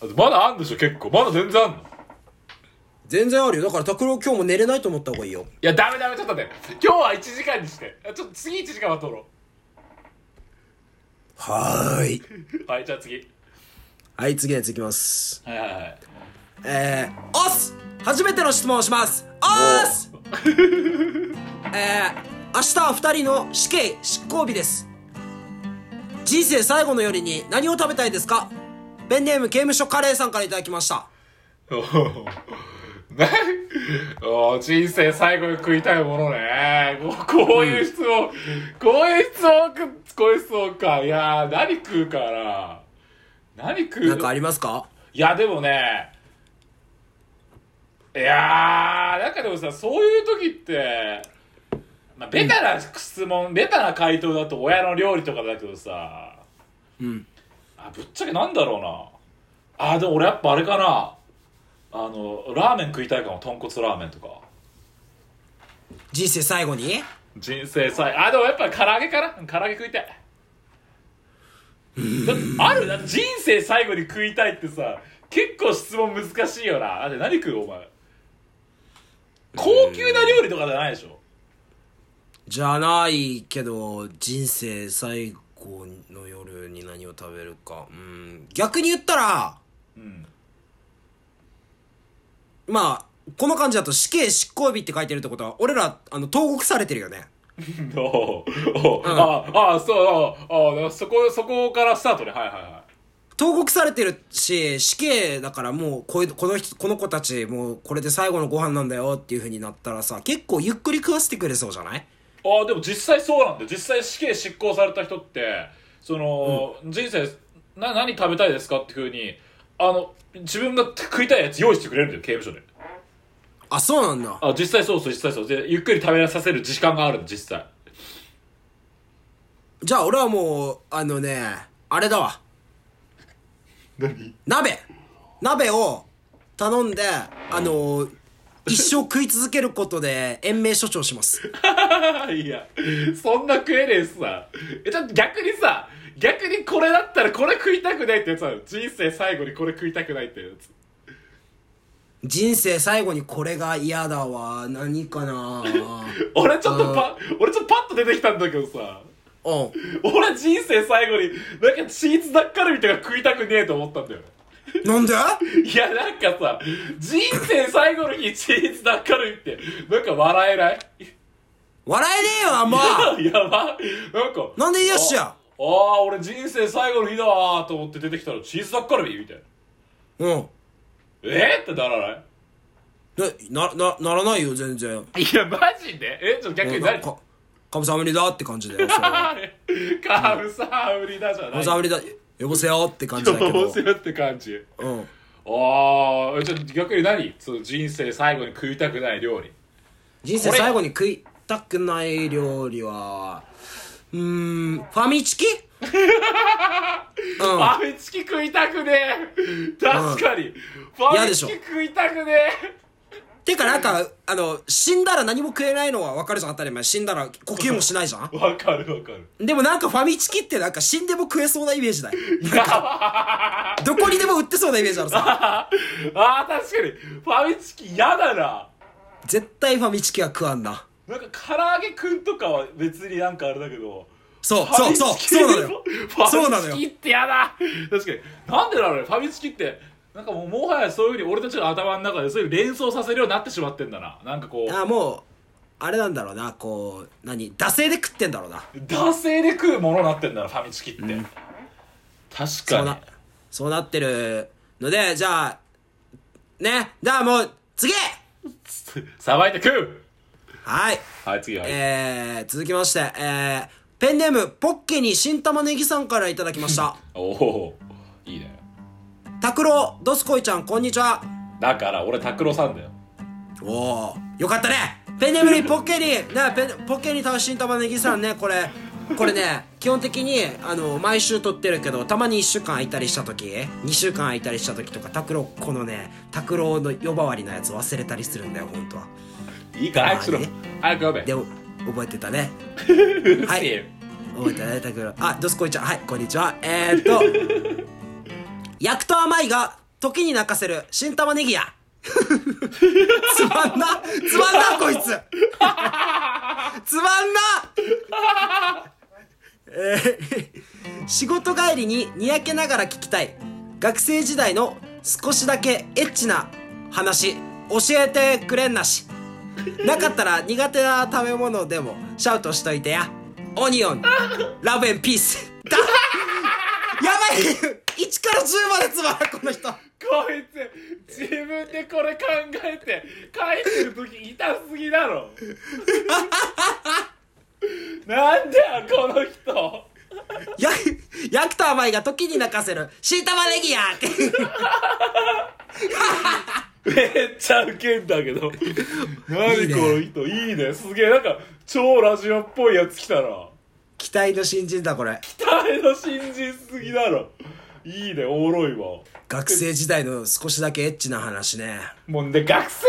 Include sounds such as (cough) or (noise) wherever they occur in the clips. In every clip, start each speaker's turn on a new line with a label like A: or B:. A: あとまだあんでしょ、結構。まだ全然あんの。い
B: 全然あるよだから拓郎今日も寝れないと思った方がいいよ
A: や、ダメダメ、ちょっと待って。今日は1時間にして。あちょっと次1時間は取ろ。
B: はーいう
A: はい、じゃあ次。
B: はい次のやついきます
A: はいはいはい。
B: えー、オス初めての質問をしますオス (laughs) えー、明日は二人の死刑執行日です人生最後の夜に何を食べたいですかペンネーム刑務所カレーさんからいただきました
A: おーなおー人生最後に食いたいものねここういう質問、こういう質問くこういう質問かいやー何食うかな何食う
B: なんかありますか
A: いやでもねいやーなんかでもさそういう時って、まあ、ベタな質問、ベタな回答だと親の料理とかだけどさ
B: うん
A: あぶっちゃけなんだろうなあでも俺やっぱあれかなあのラーメン食いたいかも豚骨ラーメンとか
B: 人生最後に
A: 人生最あでもやっぱ唐揚げかな唐揚げ食いたいだあるだって人生最後に食いたいってさ結構質問難しいよなあで何食うお前高級な料理とかじゃないでしょ
B: じゃないけど人生最後の夜に何を食べるかうん逆に言ったら
A: うん (laughs)
B: まあこの感じだと死刑執行日って書いてるってことは俺らあの投獄されてるよね
A: おお、ああそうああそこそこからスタートねはいはいは
B: 投獄されてるし死刑だからもうこういうこの人この子たちもうこれで最後のご飯なんだよっていう風になったらさ結構ゆっくり食わせてくれそうじゃない
A: いああでも実際そうなんだよ実際死刑執行された人ってその、人生な何食べたいですかっていうふうにあの自分が食いたいやつ用意してくれるんだよ刑務所で
B: あそうなんだ
A: あ実際そうそう実際そうでゆっくり食べさせる時間があるの実際
B: じゃあ俺はもうあのねあれだわ
A: 何
B: 鍋鍋を頼んであのー一生食い続けることで延命処置をします
A: (laughs) いやそんな食えねえしさえちょっと逆にさ逆にこれだったらこれ食いたくないってやつある人生最後にこれ食いたくないってやつ
B: 人生最後にこれが嫌だわ何かな (laughs)
A: 俺ちょっとパ俺ちょっとパッと出てきたんだけどさ
B: うん
A: 俺人生最後になんかチーズダッカルビとか食いたくねえと思ったんだよね
B: なんで
A: いやなんかさ人生最後の日チーズダッカルビってなんか笑えない
B: 笑えねえよあ
A: (laughs)
B: んま
A: やばなんか
B: なんで言いやしや
A: ああー俺人生最後の日だわーと思って出てきたらチーズダッカルビみたいな
B: うん
A: えっ、ってならない
B: な、な、ならないよ、全然。
A: いやマジでえちょっと逆に
B: なん
A: 何
B: か、かぶさぶりだって感じだよ。そ
A: (laughs)
B: れは
A: あれカブサウリだじゃ
B: か
A: な
B: ぶ
A: い
B: さぶりだ、よぼせよって感じだけ
A: ど (laughs)
B: ど
A: う。するって感じ
B: うん。
A: ああじゃあ逆に何その人生最後に食いたくない料理
B: 人生最後に食いたくない料理は、うーん、ファミ
A: (laughs)
B: チキうん。
A: ファミチキ食いたくねえ確かに、ファ
B: 嫌
A: ミ
B: でし
A: チ
B: ょ
A: キ食いたくねえ
B: てかなんか、あの、死んだら何も食えないのはわかるじゃん、当たり前。死んだら呼吸もしないじゃん。
A: わかるわかる
B: でもなんかファミチキってなんか死んでも食えそうなイメー (laughs) ジだよ。
A: いやば
B: どこにでも売ってそうなイメージあるさ。
A: ああー確かにファミチキ嫌だな
B: 絶対ファミチキは食わんな。
A: なんか唐揚げくんとかは別になんかあれだけど
B: そう、そう、そう、そうなのよ。そう
A: フ
B: な
A: ァ
B: の
A: ミ
B: よ
A: チキって嫌だ確かになんでだろうねファミチキってなんかもうもはやそういうふうに俺たちの頭の中でそういう連想させるようになってしまってんだななんかこう
B: あもうあれなんだろうなこう何惰性で食ってんだろうな
A: 惰性で食うものになってんだなファミチキって、確
B: そ
A: か
B: う
A: に
B: なそうなってるのでじゃあねじゃあもう次
A: さばいて食う
B: はい、
A: はい次はい、
B: えー、続きましてえー、ペンネームポッケに新玉ねぎさんからいただきま (laughs) した
A: おおいいね
B: 拓郎ドスコイちゃんこんにちは
A: だから俺拓郎さんだよ
B: おおよかったねペンネームにポッケにねペンポッケにた新玉ねぎさんねこれこれね基本的にあの毎週撮ってるけどたまに1週間空いたりした時2週間空いたりした時とか拓郎このね拓郎の呼ばわりのやつ忘れたりするんだよ本当はい
A: いから早くしろ
B: まあね
A: 早く呼べ
B: でも覚えてた
A: (laughs)
B: ね
A: うるせえよ
B: 覚えて
A: (laughs)
B: たね拓郎あどすこいちゃんはいこんにちはえー、っと焼くと甘いが時に泣かせる新玉ねぎやつまんなつまんなこいつつまんなえー仕事帰りににやけながら聞きたい学生時代の少しだけエッチな話教えてくれんなしなかったら苦手な食べ物でもシャウトしといてやオニオンラブエンピースだやばい !1 から10までつまらんこの人
A: こいつ自分でこれ考えて書いてる時痛すぎだろなんだよこの人
B: や、ヤクターマイが時に泣かせる新玉ねぎやって
A: めっちゃウケんだけど
B: いい
A: 何
B: ね
A: この人いいねすげえなんか超ラジオっぽいやつ来たな
B: 期待の新人だこれ
A: 誰の新人すぎだろいいねおもろいわ
B: 学生時代の少しだけエッチな話ね
A: もうで学生時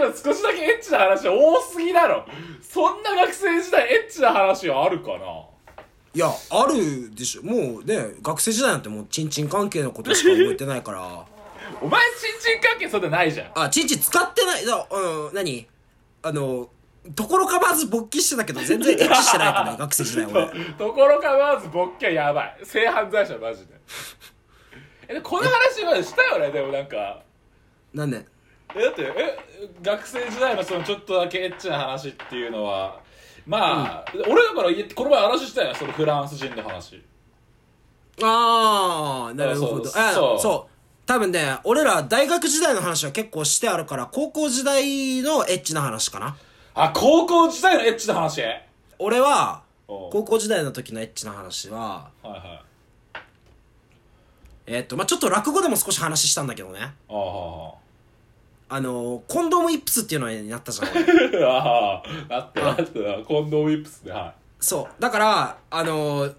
A: 代の少しだけエッチな話多すぎだろそんな学生時代エッチな話あるかない
B: やあるでしょもうね学生時代なんてもうチンチン関係のことしか覚えてないから
A: お前新人関係そんなないじゃん
B: あチンチン使ってないだうん何あのところかまず勃起してたけど全然エッチしてない
A: (laughs)
B: からね学生時代俺
A: ところがまずボッケやばい性犯罪者マジでえでこの話までしたよねでもなんか
B: なんで
A: えだってえ学生時代のそのちょっとだけエッチな話っていうのはまあ、俺だから言ってこの前話したよそのフランス人の話
B: ああなるほど
A: そう
B: あ
A: そう
B: そう多分ね俺ら大学時代の話は結構してあるから高校時代のエッチな話かな
A: あ高校時代のエッチな話はい
B: 俺は
A: おう
B: 高校時代の時のエッチな話は
A: はい
B: えーっとまあちょっと落語でも少し話したんだけどね
A: ああ
B: あのーコンドームイップスっていうのになったじゃん
A: (laughs)
B: 俺
A: ああだってだってなコンドームウィップスでは
B: そうだからあのー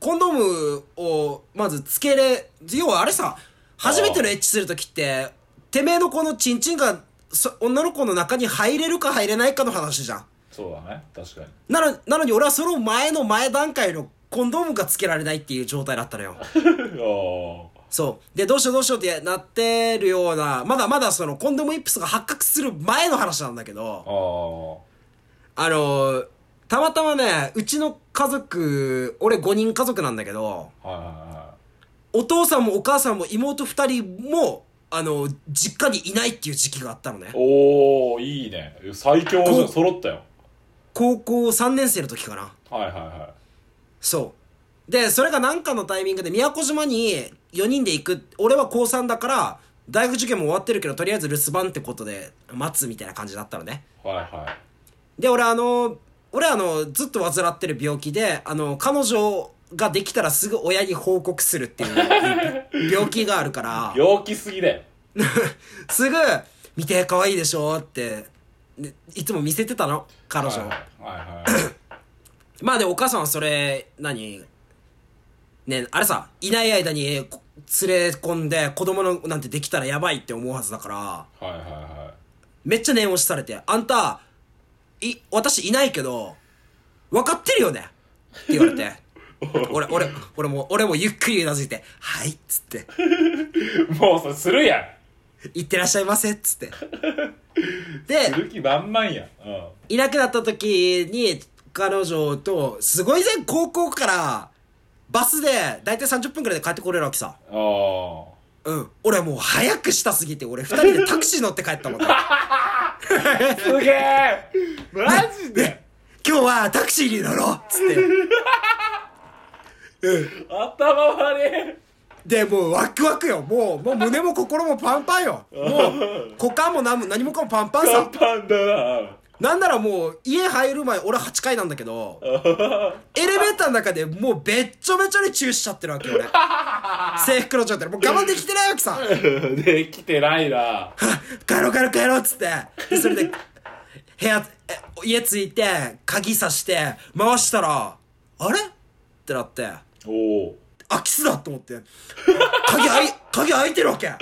B: コンドームをまずつけれ要はあれさ初めてのエッチする時っててめえのこのチンチンがそ女の子の中に入れるか入れないかの話じゃん
A: いそうだね確かに (laughs)
B: なのなのに俺はその前の前段階のコンドームがつけられないっていう状態だったのよ
A: あ
B: そうでどうしようどうしようってなってるようなまだまだそのコンドームイップスが発覚する前の話なんだけど
A: ああ
B: あのたまたまねうちの家族俺5人家族なんだけど
A: あはいはいは
B: お父さんもお母さんも妹2人もあの実家にいないっていう時期があったのね
A: いおおいいね最強じゃん揃ったよ
B: 高校3年生の時かな
A: はいはいは
B: そうでそれが何かのタイミングで宮古島に4人で行く俺は高3だから大学受験も終わってるけどとりあえず留守番ってことで待つみたいな感じだったのね
A: いはいはい
B: で俺あの俺あのずっと患ってる病気であの彼女ができたらすぐ親に報告するっていう病気があるから
A: 陽気すぎだよ
B: すぐ「見て可愛いでしょ」ってでいつも見せてたの彼女を、
A: はいはいはい
B: まあでお母さんはそれ何ねあれさいない間にこ連れ込んで子供のなんてできたらやばいって思うはずだから
A: はいはいは
B: めっちゃ念押しされて「あんたい私いないけど分かってるよね」って言われて
A: (laughs)
B: 俺俺俺も俺もゆっくりうなずいて「はい」っつって
A: い (laughs) もうそれするやん
B: 「いってらっしゃいませ」っつってです
A: る気満々やんうん
B: いなくなった時に彼女とすごいぜ高校からバスで大体30分くらいで帰ってこれるわけさ
A: あ
B: うん俺もう早くしたすぎて俺2人でタクシー乗って帰ったも
A: (laughs)
B: ん今
A: あすげえマジで
B: 日はタクシーに乗ろうっつってうん
A: 頭悪い
B: でもうワクワクよもうもう胸も心もパンパンよもう股間も何も何もかもパンパ
A: (laughs)
B: ン
A: パ
B: さ
A: ンパンだな
B: なんならもう家入る前俺8階なんだけどエレベーターの中でもうべっちょべちょにチューしちゃってるわけよ
A: (laughs)
B: 俺制服の状態でもう我慢できてないわけ
A: (laughs)
B: さ
A: できてないな
B: 帰ろう帰ろう帰ろうっつってでそれで部屋え家着いて鍵さして回したらあれってなって
A: おお
B: 空き巣だと思って鍵あい鍵開いてるわけや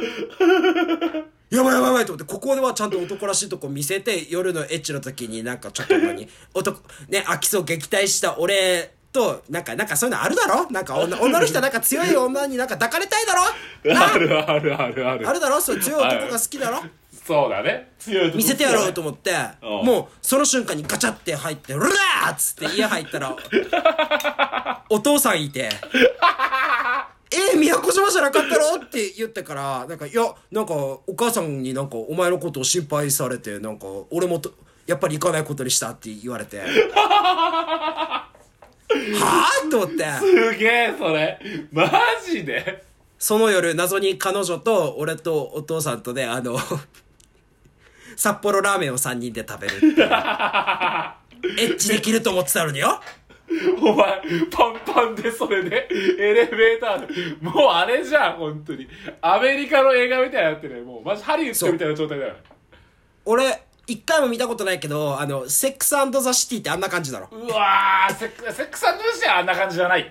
B: ばいやばいやばいと思ってここではちゃんと男らしいとこ見せて夜のエッチの時になんかちょっと何男ね空き巣を撃退した俺と、なんか、なんかそういうのあるだろなんか女、女の人はなんか強い女になんか抱かれたいだろな
A: あるあるあるある
B: あるだろそういう強い男が好きだろ
A: そうだね強い男
B: 見せてやろうと思って、
A: うん
B: もうその瞬間にガチャって入って「うらーっつって家入ったら (laughs) お父さんいて「えー、宮古島じゃなかったろ?」って言ったからなんか「いやなんかお母さんになんかお前のことを心配されてなんか俺もとやっぱり行かないことにした」って言われ (laughs) て「はあ?」と思って
A: すげえそれマジで
B: その夜謎に彼女と俺とお父さんとであの (laughs) 札幌ラーメンを3人で食べるっていうエッチできると思ってたのによ
A: お前パンパンでそれでエレベーターもうあれじゃん本当にアメリカの映画みたいになってるねもうマジハリウッドみたいな状態だよ
B: 俺一回も見たことないけどあのセックスザ・シティってあんな感じだろ
A: うわーセックセックスアンドシティはあんな感じじゃないよ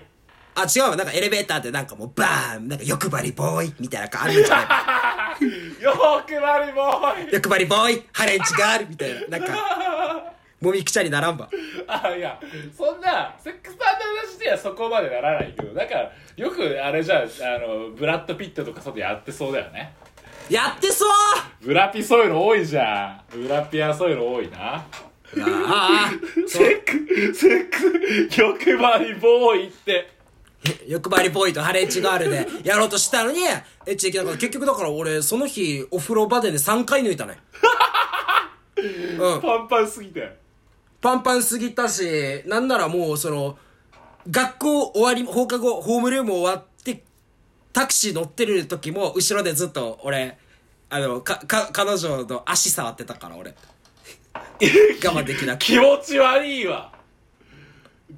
B: あ違うわなんかエレベーターでなんかもうバーンなんか欲張りボーイみたいな感じじゃない
A: 欲張りボーイ
B: 欲張りボーイハレンチガールみたいななんかもみくちゃにならんば
A: あいやそんなセックスアンドシティはそこまでならないけどだからよくあれじゃんあのブラッド・ピットとかそういうのやってそうだよね
B: やってそう
A: ブラピそういうの多いじゃんブラピはそういうの多いな
B: ああ
A: セックセックス欲張りボーイって
B: 欲張りボーイとハレンチガールでやろうとしたのに、エッチできなかった。結局だから俺、その日、お風呂場でね、3回抜いたね。うん。
A: パンパンすぎて
B: パンパンすぎたし、なんならもう、その、学校終わり、放課後、ホームルーム終わって、タクシー乗ってる時も、後ろでずっと俺、あの、か、か、彼女の足触ってたから、俺。我慢できなくて。
A: 気持ち悪いわ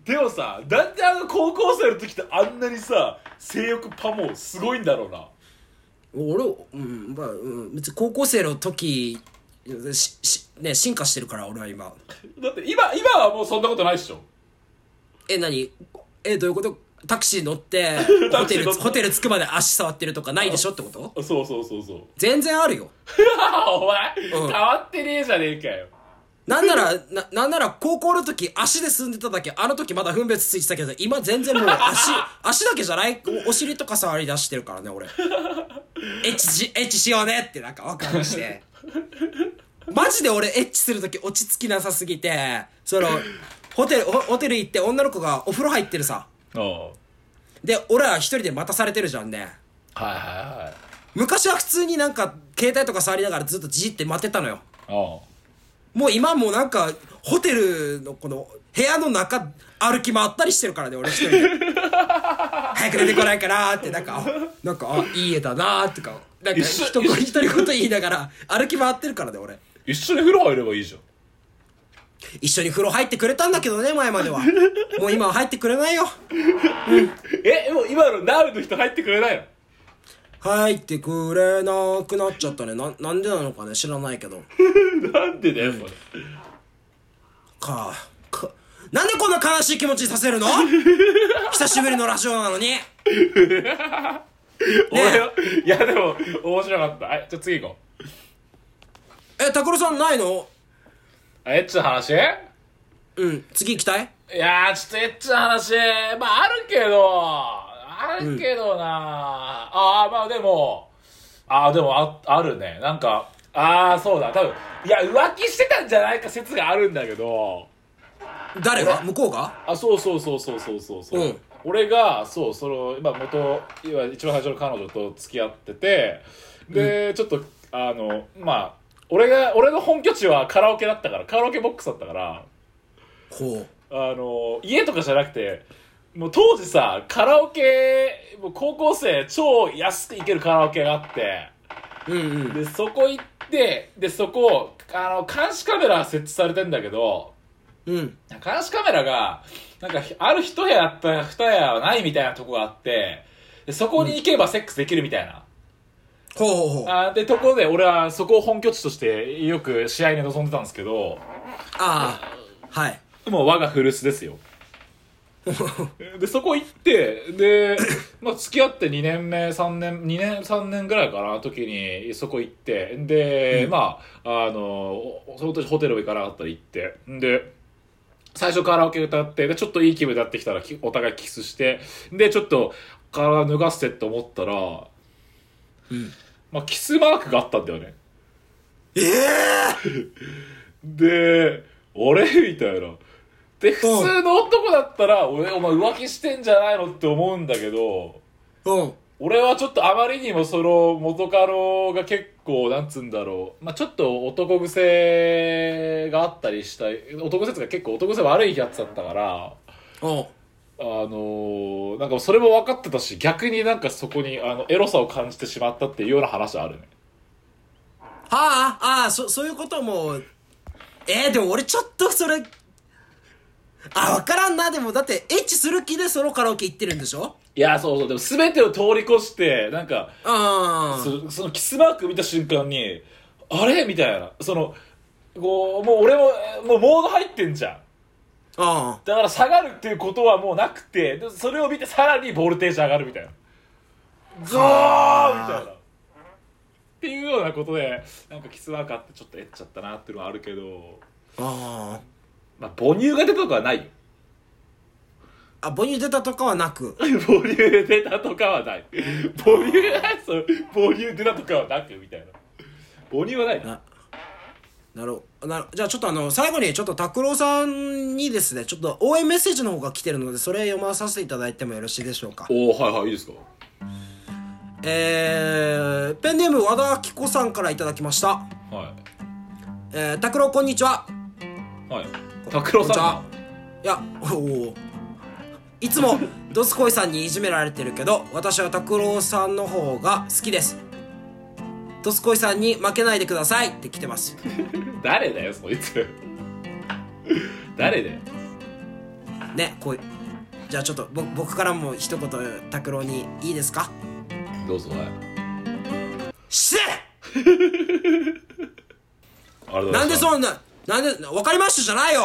A: でもさなんであの高校生の時ってあんなにさ性欲パモすごいんだろうな
B: 俺、うん、まあ、うん、別に高校生の時、し、し、ね、進化してるから、俺は今。
A: だって今今はもうそんなことないっしょ
B: え何えどういうことタクシー乗って
A: (laughs) タ
B: ホ
A: クシ
B: テ
A: ー乗
B: ル
A: って
B: ホテル着くまで足触ってるとかないでしょってこと
A: あそうそうそう (laughs) そう
B: 全然あるよ
A: お前、
B: うん
A: 変わってねえじゃねえかよ
B: なんならななんなら高校の時足で進んでただけあの時まだ分別ついてたけど今全然もう足足だけじゃないおお尻とか触り出してるからね俺エッチしエッチしようねってなんか分かるしてマジで俺エッチする時落ち着きなさすぎてそのホテルホホテル行って女の子がお風呂入ってるさ
A: あ
B: で俺は一人で待たされてるじゃんね
A: あはいはいはい
B: 昔は普通になんか携帯とか触りながらずっとじーって待ってたのよ
A: あ
B: もう今もうなんかホテルのこの部屋の中歩き回ったりしてるからね俺一
A: (laughs)
B: 人で早く出てこないかなーってなんかあなんかあいい家だなーってかなんか
A: 一緒
B: 一言一人言言いながら歩き回ってるからね俺
A: 一緒に風呂入ればいいじゃん
B: 一緒に風呂入ってくれたんだけどね前まではもう今は入ってくれないよ
A: えもう今のナウの人入ってくれないの
B: 入ってくれなくなっちゃったねななんでなのかね知らないけど
A: なんでだよそれ
B: かかなんでこんな悲しい気持ちにさせるの久しぶりのラジオなのに
A: 俺はいやでも面白かったはいじゃあ次行こう
B: え拓郎さんないの
A: あエッチの話
B: うん次行きたい
A: いやー、ちょっとエッチな話、まああるけど、あるけどな、ああ、まあでも、ああ、でもあ、あるね。なんか、ああ、そうだ、多分、いや、浮気してたんじゃないか説があるんだけど、
B: 誰が向こうが
A: あ、そうそうそうそうそうそうそう。
B: うん
A: 俺が、そう、その、今元、今一番最初の彼女と付き合ってて、で、ちょっと、あの、まあ、俺が、俺の本拠地はカラオケだったから、カラオケボックスだったから、
B: ほう
A: あの家とかじゃなくてもう当時さカラオケもう高校生超安く行けるカラオケがあって
B: うんうん
A: でそこ行ってでそこあの監視カメラ設置されてんだけど
B: うん
A: 監視カメラがなんかある一部屋あったら二部屋はないみたいなとこがあってでそこに行けばセックスできるみたいな、
B: ほうほうほうあ
A: あでところで俺はそこを本拠地としてよく試合に臨んでたんですけど
B: あーはい
A: もう我が古巣ですよでそこ行ってで、まあ、付き合って2年目3年2年3年ぐらいかな時にそこ行ってで、まああのおその時ホテルも行かなかったら行ってで最初カラオケ歌って、で、ちょっといい気分になってきたら、きお互いキスして、で、ちょっと体脱がせてって思ったら、まあ、キスマークがあったんだよね。
B: ええ
A: で、俺 (laughs) みたいな。で、普通の男だったら、俺、お前浮気してんじゃないのって思うんだけど、
B: うん。
A: 俺はちょっとあまりにもその元カノが結構なんつうんだろう、まあ、ちょっと男癖があったりした男癖とか結構男癖悪いやつだったから
B: うん。
A: あのーなんかそれも分かってたし逆になんかそこにあのエロさを感じてしまったっていうような話あるね
B: はあ、ああ、そ、そういうことも、えー、でも俺ちょっとそれ、あ、わからんな。でもだって、エッチする気でソロカラオケ行ってるんでしょ
A: いやそうそうでも全てを通り越してなんか
B: うん。あ
A: そそのキスマーク見た瞬間にあれみたいなそのこうもう俺ももうモード入ってんじゃん
B: あ。
A: だから下がるっていうことはもうなくてでそれを見てさらにボルテージ上がるみたいなゾーンみたいなっていうようなことでなんかキスワーカーってちょっとえっちゃったなっていうのはあるけど
B: あ
A: まあ母乳が出たとかはないよ (laughs)
B: あ。あ、母乳出たとかはなく。
A: 母乳出たとかはない母乳そう母乳出たとかはなくみたいな母乳はないな
B: ななるほどなるじゃあちょっとあの最後にちょっと拓郎さんにですねちょっと応援メッセージの方が来てるのでそれ読まさせていただいてもよろしいでしょうか
A: おおはいはいいいですか
B: えー、ペンネーム和田明子さんからいただきました
A: は
B: えー拓郎、こんにちはい
A: はい拓郎さん
B: こんにちはいやおおいつもドスコイさんにいじめられてるけど私は拓郎さんの方が好きですドスコイさんに負けないでくださいって来てます
A: 誰だよそいつ誰だよ
B: ねこういうじゃあちょっとぼ僕からも一言拓郎にいいですか
A: どうぞはい
B: して
A: あれ
B: なんでそんななんで分かりましたじ
A: (laughs)
B: ゃないよ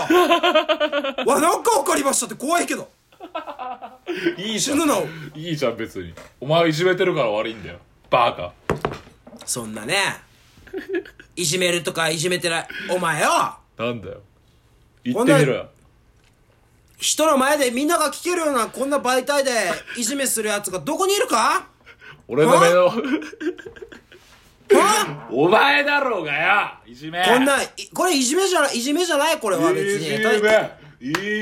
B: わなんか分かりましたって怖いけど
A: いいじゃ
B: 死
A: ん
B: ぬの
A: いいじゃん別にお前をいじめてるから悪いんだよバカ
B: そんなねいじめるとかいじめてないお前よ
A: なんだよ言ってみろよ
B: 人の前でみんなが聞けるようなこんな媒体でいじめするやつがどこにいるか
A: 俺の目の
B: は
A: お前だろうがよいじめ
B: こんないこれいじめじゃないいじめじゃないこれは別
A: いじ
B: に
A: め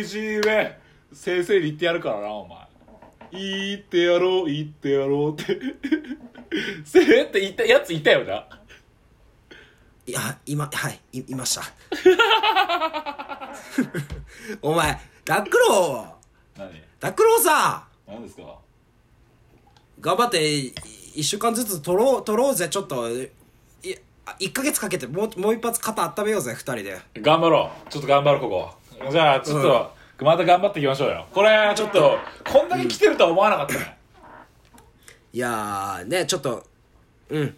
A: いじめ先生に言ってやるからなお前言ってやろう言ってやろうって (laughs) せーって言ったやついたよない
B: や、今、はい、い、いま
A: (laughs)
B: した。お前、ダクロ
A: 何
B: ー、ダクローさ、
A: 何ですか
B: 頑張って、い一週間ずつ取ろう、取ろうぜ、ちょっと。い、あ一ヶ月かけて、もう、もう一発肩温めようぜ、二人で。
A: 頑張ろうちょっと頑張ろうここじゃあちょっと、また頑張っていきましょうよこれちょっとこんだけ来てるとは思わなかったね、
B: いやー、ね、ちょっと、うん。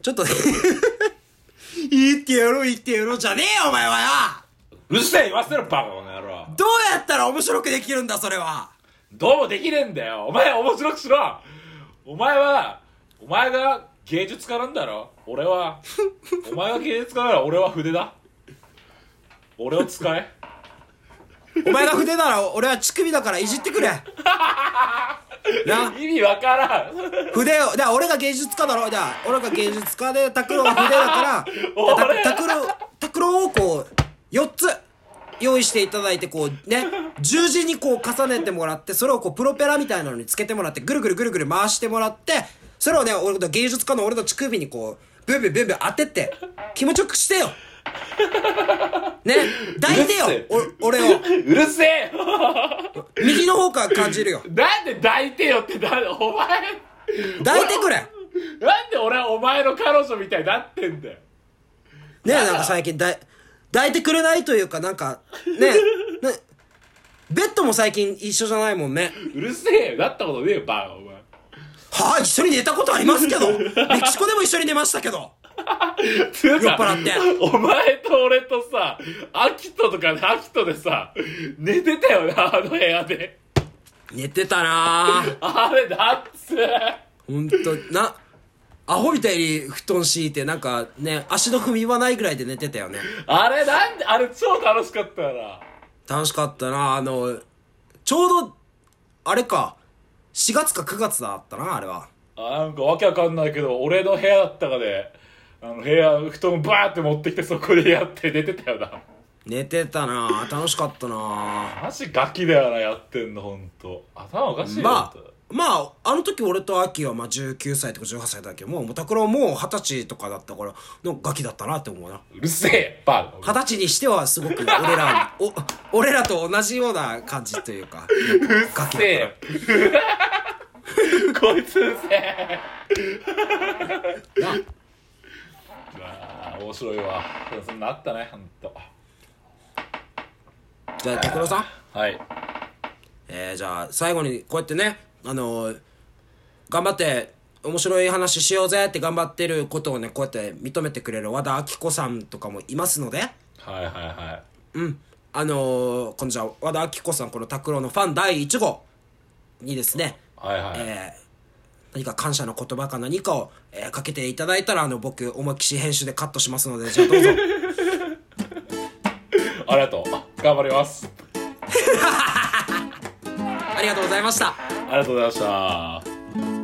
B: ちょっと、 (laughs) 言ってやろう、言ってやろうじゃねえよ、お前はよ
A: うるせえ言わせろバカこの野郎
B: どうやったら面白くできるんだ、それは
A: どうもできねえんだよお前面白くしろお前はお前が芸術家なんだろ俺はお前が芸術家なら俺は筆だ俺を使え
B: お前が筆なら、俺は乳首だからいじってくれな
A: 意味わからん
B: 筆を、だから俺が芸術家だろ、じゃあ、俺が芸術家で、拓郎が筆だ
A: (laughs)
B: から、
A: 俺
B: た拓郎、拓郎をこう、4つ用意していただいて、こうね、十字にこう重ねてもらって、それをこうプロペラみたいなのにつけてもらって、ぐるぐるぐるぐる回してもらって、それをね、俺の芸術家の俺の乳首にこう、ブンブンブンブン当てて、気持ちよくしてよね、抱いてよ
A: うる、
B: お俺を。
A: うるせえよ
B: 右の方から感じるよ。
A: なんで抱いてよってなんでお前
B: 抱いてくれ
A: なんで俺はお前の彼女みたいになってんだよ
B: ねえなんか最近だい抱いてくれないというかなんかねえねベッドも最近一緒じゃないもんね
A: うるせえよなったことねえよバカお前
B: はあ一緒に寝たことありますけどメキシコでも一緒に寝ましたけど
A: つうか
B: 酔っ払って
A: お前と俺とさ秋人とか秋人でさ寝てたよなあの部屋で
B: 寝てたなあ
A: あれだっつ
B: ほんとなアホみたいに布団敷いてなんかね足の踏み場ないぐらいで寝てたよね
A: あれなんであれ超楽しかったよな
B: 楽しかったなあのちょうどあれか4月か9月だったなあれは
A: あなんかわけわかんないけど俺の部屋だったかであの部屋布団バーって持ってきてそこでやって寝てたよな
B: 寝てたな楽しかったな
A: マジガキだよなやってんのほんと頭おかしいよ
B: まあ
A: ほんと
B: まああの時俺とアキはまあ19歳とか18歳だけどもうもう拓郎もう二十歳とかだったからのガキだったなって思うな
A: うるせえバー
B: 二十歳にしてはすごく俺らお俺らと同じような感じというかガキ
A: うる
B: だ
A: せ
B: っ
A: え
B: たな
A: こいつうるせえ
B: な
A: あー面白いわそんなあったねほんと
B: じゃあ拓郎さん
A: はい
B: えー、じゃあ最後にこうやってねあのー頑張って面白い話しようぜって頑張ってることをねこうやって認めてくれる和田アキ子さんとかもいますので
A: はいはいは
B: うんあのー、このじゃあ和田アキ子さんこの拓郎のファン第1号にですね、
A: いはいはい、
B: えー何か感謝の言葉か何かを、えーかけていただいたらあの僕思いっきし編集でカットしますのでじゃあどうぞ
A: ありがとう頑張ります
B: ありがとうございました
A: ありがとうございました